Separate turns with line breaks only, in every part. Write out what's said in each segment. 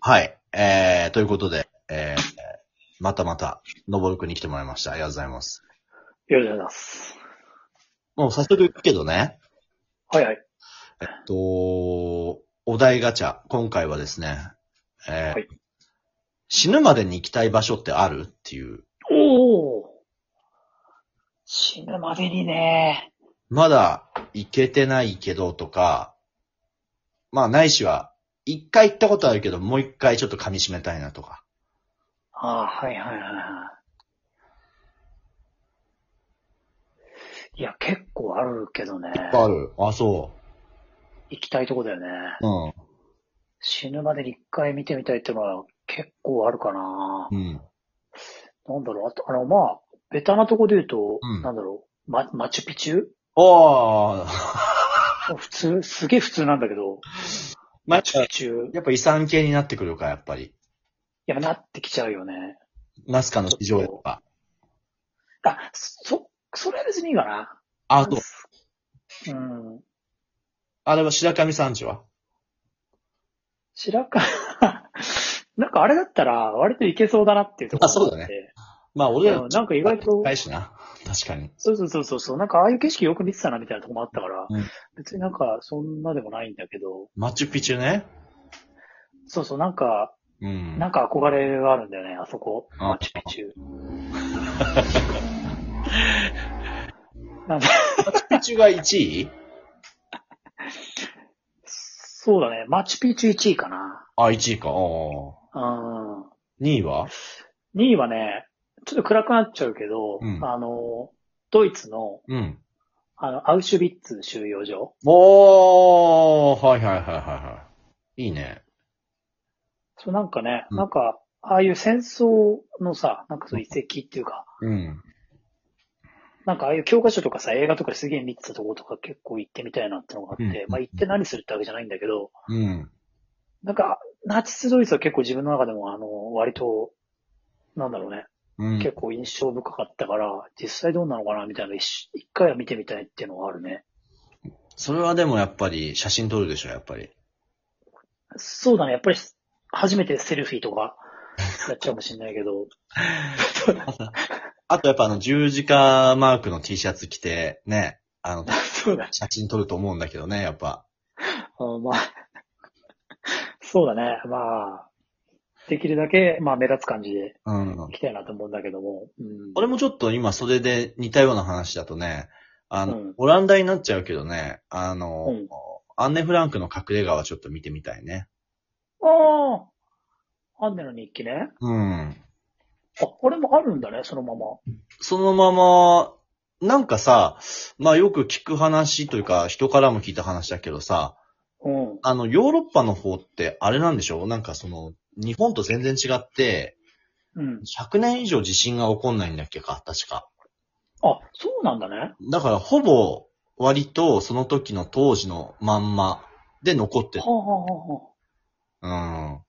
はい。えー、ということで、えー、またまた、のぼるくんに来てもらいました。ありがとうございます。
よろしくお願いします。
もう早速行くけどね、
はいはい。
えっと、お題ガチャ、今回はですね、えー
はい
死ぬまでに行きたい場所ってあるっていう、
おお死ぬまでにね。
まだ行けてないけどとか、まあないしは、一回行ったことあるけど、もう一回ちょっと噛み締めたいなとか。
ああ、はいはいはいはい。いや、結構あるけどね。
ある。あ、そ
行きたいとこだよね。
う。うん。
死ぬまでに一回見てみたいってのは結構あるかな。
うん。
なんだろう、あと、あの、まあ、ベタなとこで言うと、
うん
なんだろう、ま、マチュピチュ
おー。
普通、すげえ普通なんだけど、
まあ
マチュピチュ、
やっぱ遺産系になってくるか、やっぱり。
やっぱなってきちゃうよね。
ナスカの市場とか。
あ、そ、それは別にいいかな。
あと、
うん。
あれは白神山地は
白川、 なんかあれだったら割といけそうだなっていうところ
あそうだね
がって。
まあ、俺ら
うんなんか意外と、
近いしな。確かに。
そうそうそうそうそう、なんかああいう景色よく見てたなみたいなとこもあったから、
うん
別になんかそんなでもないんだけど、
マチュピチュね。
そうそう、なんか、
うん。
なんか憧れがあるんだよね、あそこ。
あ
マチュピチュ。なんか
マチュピチュが1位
そうだね、マチュピチュ1位かな。
あ、1位か。お
うん。
ー。2位は
2位はね、ちょっと暗くなっちゃうけど、
うん
あの、ドイツの、
うん。
あの、アウシュビッツ収容所。
おー、はいはいはいはいはい。いいね。
そうなんかね、
うん
なんか、ああいう戦争のさ、なんかそう遺跡っていうか、
うん。
なんかああいう教科書とかさ、映画とかすげえ見てたところとか結構行ってみたいなってのがあって、
うん
まあ行って何するってわけじゃないんだけど、
うん。
なんか、ナチスドイツは結構自分の中でもあの、割と、なんだろうね、
うん
結。構印象深かったから、実際どうなのかなみたいなの一一回は見てみたいっていうのはあるね。
それはでもやっぱり写真撮るでしょ、やっぱり。
そうだね、やっぱり初めてセルフィーとかやっちゃうかもしれないけ ど、
あとやっぱあの十字架マークの T シャツ着て、ね。あの、
そうだね
写真撮ると思うんだけどね、やっぱ。
あまあ、 そうだね。まあ、できるだけ、まあ、目立つ感じで
うん。
いきたいなと思うんだけども。うん、
俺もちょっと今それで似たような話だとね、あの、
うん
オランダになっちゃうけどね、あの、
うん
アンネ・フランクの隠れ家はちょっと見てみたいね。
ああアンネの日記ね。
うん。
あ、これもあるんだね、そのまま。
そのまま、なんかさ、まあよく聞く話というか、人からも聞いた話だけどさ、
うん。
あの、ヨーロッパの方ってあれなんでしょなんかその、日本と全然違って、
うん。
100年以上地震が起こんないんだっけか、確か。
あ、そうなんだね。
だからほぼ、割とその時の当時のまんまで残ってる
はあ、はあは
うん。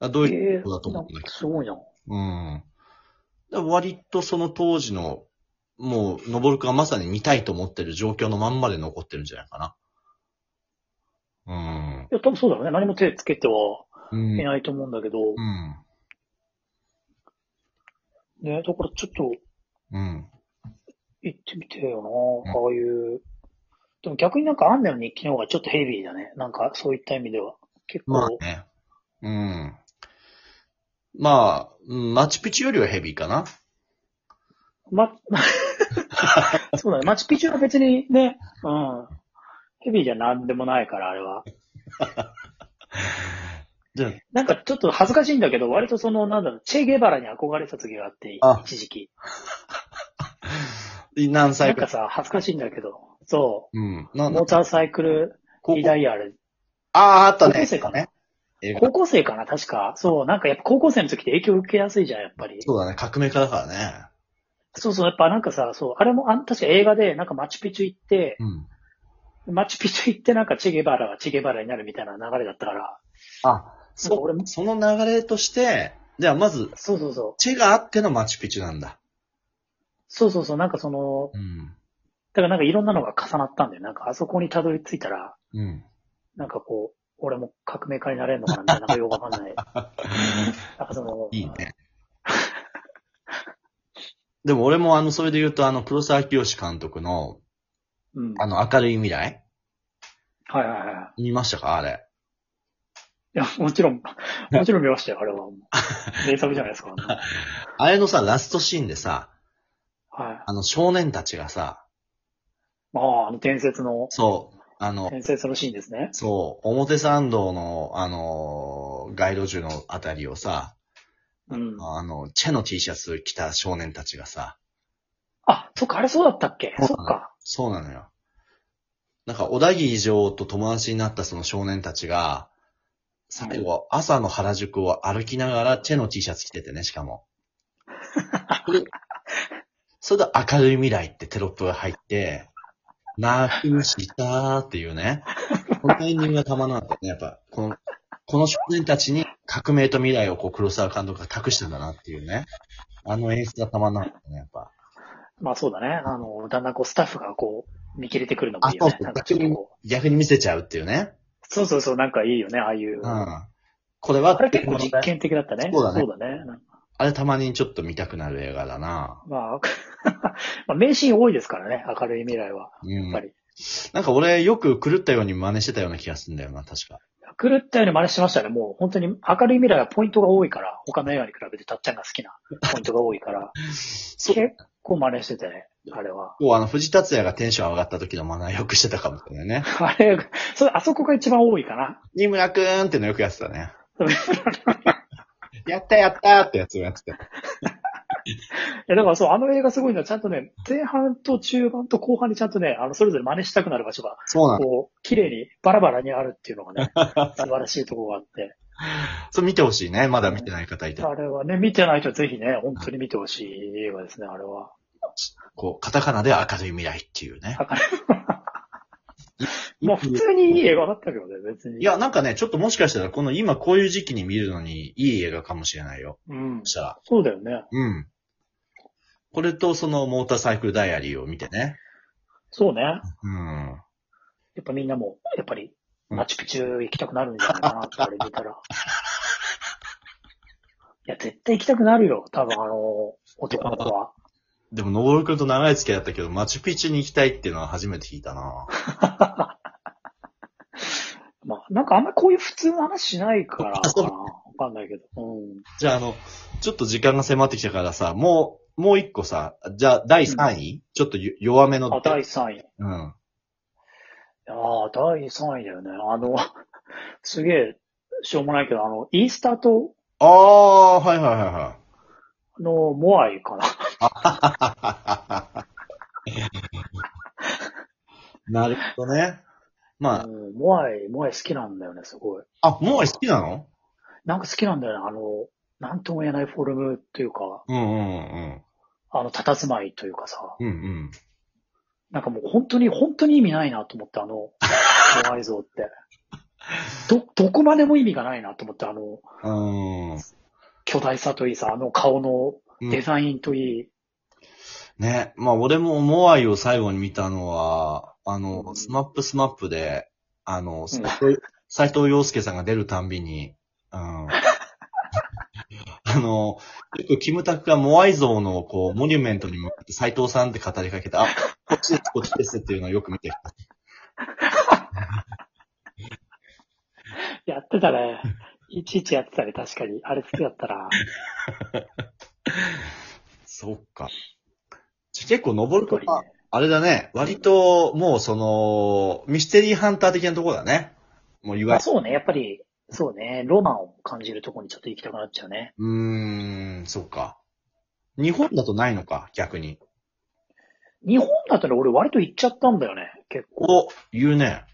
あど
あ、
う
え
い
え
うことだと思うんだ
なん
け
かすごいな。
ど。うん。だから割とその当時の、もう、のぼるくんがまさに見たいと思ってる状況のまんまで残ってるんじゃないかな。
いや、多分そうだろうね。何も手つけては
うん。
い
うん。
ないと思うんだけど、
うん。
ね、だからちょっと
うん。
行ってみてえよな、ああいう。でも逆になんかアンネの日記の方がちょっとヘビーだね。なんかそういった意味では。結構、
まあね。うん。まあ、うんマチュピチュよりはヘビーかな。
ま、そうだね。マチュピチュは別にね、うん。ヘビーじゃなんでもないから、あれは。
じゃあ
なんかちょっと恥ずかしいんだけど、割とその、なんだろう、チェ・ゲバラに憧れてた時があって
あ、
一時期。
何
なん
歳
か
か。
さ、恥ずかしいんだけど、そ
うん。な
う、
んだ
モーターサイクル、
高
リ
校
ダイヤル。
ああー、あったね。
高校生かな
映画
高校生かな、確か。そう、なんかやっぱ高校生の時って影響受けやすいじゃん、やっぱり。
そうだね。革命家だからね。
そうそう、やっぱなんかさ、そう、あれも、あ確か映画で、なんかマチュピチュ行って、
うん。
マチュピチュ行ってなんかチェ・ゲバラがチェ・ゲバラになるみたいな流れだったから、
あ、
なんか
そ
俺も
う、、その流れとして、じゃあまず、
そうそうそう。
地があってのマチュピチュなんだ。
そうそうそう、なんかその、
うん。
だからなんかいろんなのが重なったんだよ。なんかあそこにたどり着いたら、
うん。
なんかこう、俺も革命家になれるのかなみたいな、なんかよくわかん ない。なんかその、
いいね。でも俺もあの、それで言うとあの、黒沢清監督の、
うん。
あの、明るい未来
はいはいはい。
見ましたかあれ。
いや、もちろん、もちろん見ましたよ、あれは。名作じゃないですか。あんな
あれのさ、ラストシーンでさ、
はい。
あの、少年たちがさ、
まあ、あの伝説の、
そう、あの、
伝説のシーンですね。
そう、表参道の、あのー街路樹のあたりをさ、
うん。
あの、チェの T シャツ着た少年たちがさ、
あ、そっか、あれそうだったっけ
そう
そっか。
そうなのよ。なんか、小田切女王と友達になったその少年たちが、最後、朝の原宿を歩きながら、チェの T シャツ着ててね、しかも。でそれで、明るい未来ってテロップが入って、泣きしたーっていうね。このタイミングがたまらなかったね。やっぱ、この、この少年たちに革命と未来をこう黒沢監督が託したんだなっていうね。あの演出がたまらなかったね、やっぱ。
まあそうだね。あの、だんだんこう、スタッフがこう、見切れてくるのもいい
あ
よね
そう。そう
なんかちょっとこう
逆に見せちゃうっていうね。
そうそうそう、なんかいいよね、ああいう。
う
あ
ん。これは、
れ結構実験的だったね。
そうだね
そうだね。なんか
あれたまにちょっと見たくなる映画だな。
まあ、 まあ、名シーン多いですからね、明るい未来は。
う
や
ん
っぱ。り。
なんか俺よく狂ったように真似してたような気がするんだよな、確か。
狂ったように真似してましたね。もう本当に明るい未来はポイントが多いから、他の映画に比べてたっちゃんが好きなポイントが多いから、
そう。
結構真似してたね、あれは。
こうあの、藤達也がテンション上がった時のマナーよくしてたかもしれないね。
あれ、それ、あそこが一番多いかな。
二村くーんってのよくやって たね。やったやったーってやつをやってた。
いや、だからそう、あの映画すごいのは、ちゃんとね、前半と中盤と後半にちゃんとね、あの、それぞれ真似したくなる場所が、
そうなの。
こう、綺麗にバラバラにあるっていうのが ね、素晴らしいところがあって。
そう見てほしいね。まだ見てない方いたら。
あれはね、見てない人はぜひね、本当に見てほしい映画ですね、あれは。
こう、カタカナで明るい未来っていうね。
まあ、普通にいい映画だったけどね、別に。
い、や、なんかね、ちょっともしかしたら、この今こういう時期に見るのにいい映画かもしれないよ。
うん
そし。たら。
そうだよね。
うん。これとそのモーターサイクルダイアリーを見てね。
そうね。
うん。
やっぱみんなも、やっぱり、
うん
マチュピチュ行きたくなるんじゃないかな、これ見 たら。いや、絶対行きたくなるよ、多分あの、男の子は。
でも、のぼるくんと長い付き合いだったけど、マチュピチュに行きたいっていうのは初めて聞いたな。
まあ、なんかあんまりこういう普通の話しないから
あ そ
かな。
う
わかんないけど。うん。
じゃあ、あの、ちょっと時間が迫ってきたからさ、もう、もう一個さ、じゃあ、第3位、ちょっとよ弱めの。
あ、第3位。
うん。
ああ、第3位だよね。あの、 すげえ、しょうもないけど、あの、イースターと
ああ、はいはいはいはい。
のモアイかな。
なるほどね。まあ、
うん、モアイ、モアイ好きなんだよね、すごい。
あ、モアイ好きなの
なんか好きなんだよね。あの、なんとも言えないフォルムというか、
うんうんうん。
あの、佇まいというかさ、
うんうん。
なんかもう本当に、本当に意味ないなと思って、 あの、モアイ像って。ど、どこまでも意味がないなと思って、あの、
うーん。
巨大さといいさ、あの顔のデザインといい。
ね。まあ、俺もモアイを最後に見たのは、あの、
うん
スマップスマップで、あの、斎藤斉藤洋介さんが出るたんびに、うん。 あの、よくキムタクがモアイ像の、こう、モニュメントに向かって斎藤さんって語りかけて、あ、こっちです、こっちですっていうのをよく見てきた。
やってたね。いちいちやってたね、確かに。あれ好きだったな。
そっか。じゃ結構登ると
本当に
か、あれだね。割と、もうその、ミステリーハンター的なところだね。もういわ
ま
ゆ
あ、
る。
そうね、やっぱり、そうね、ロマンを感じるところにちょっと行きたくなっちゃうね。
うーん、そっか。日本だとないのか、逆に。
日本だったら俺割と行っちゃったんだよね、結構。
お、言うね。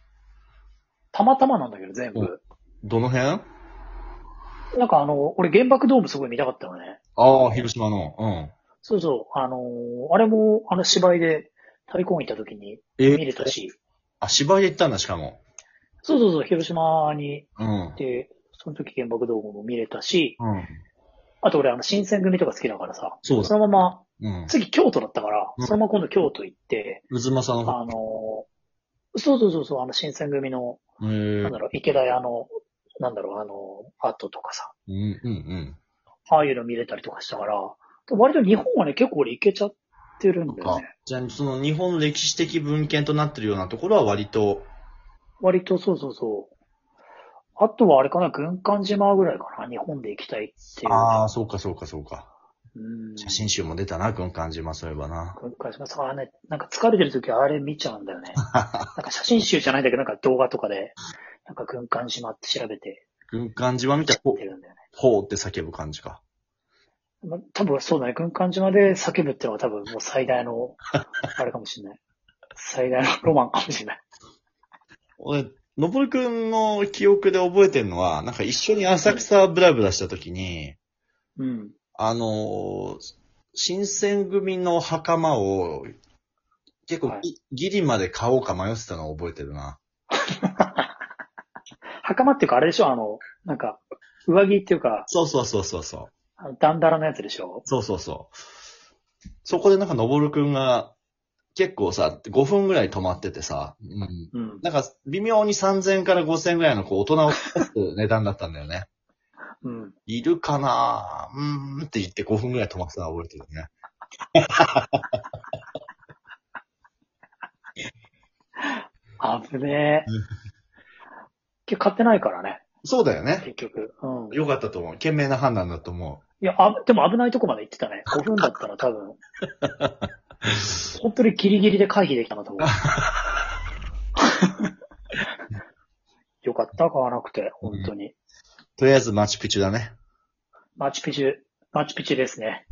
たまたまなんだけど、全部。
どの辺あ
なんかあの、俺原爆ドームすごい見たかったのね。
あ、広島の。
そうそう、あのーあれも、あの芝居で、旅行行った時に
うん。
見れたし。
あ、芝居で行ったんだ、しかも。
そうそうそう、広島に
うん
行っ。て、その時原爆ドームも見れたし、
うん。
あと俺あの、新選組とか好きだからさ、
そうだ。
そのまま
うん。
次京都だったから
う、ん
そのまま今度京都行って、
渦政
あ
の、
のーそうそうそうそう、あの、新選組の、
へー
なんだろう、池田屋の、なんだろう、あの、アートとかさ、
うん、うん、
ああいうの見れたりとかしたから、割と日本はね、結構俺行けちゃってる
うんん。
だ
な
よ
んか
ね。、
じゃあ、その日本歴史的文献となってるようなところは割と、
割とそうそうそう。あとはあれかな、軍艦島ぐらいかな、日本で行きたいっていう。
ああ、そうか、そうか、そうか。
うん。
写真集も出たな、軍艦島、そういえばな。
軍艦島さ、あれね、なんか疲れてる時はあれ見ちゃうんだよ ね。なんか写真集じゃないんだけど、なんか動画とかで、なんか軍艦島って調べて
軍艦島見たら、ほ
出、るんだよね。
ほうって叫ぶ感じか。
まあ、多分そうだね。軍艦島で叫ぶってのは多分もう最大の、あれかもしれない。最大のロマンかもしれない。
俺、のぼるくんの記憶で覚えてるのは、なんか一緒に浅草ブラブラした時に、
うん。
あのー新選組の袴を、結構ぎ、
はい
ギリまで買おうか迷ってたのを覚えてるな。
袴っていうかあれでしょあの、なんか、上着っていうか、
そうそうそうそうそう。
あのダンダラのやつでしょ
そうそうそう。そこでなんか、のぼるくんが、結構さ、5分ぐらい止まっててさ、うん、
うん。
なんか、微妙に3000から5000ぐらいのこう大人を出す値段だったんだよね。
うん。
いるかなうーんって言って5分ぐらい止まってたの覚えてるね。
危ねえ。結局買ってないからね、
そうだよね。
結局。うん。
よかったと思う。賢明な判断だと思
いや、あ、でも危ないとこまで行ってたね。5分だったら多分。本当にギリギリで回避できたなと思う。よかった、買わなくて、本当に。
う。とりあえずマチュピチュだね。
マチュピチュ、マチュピチュですね。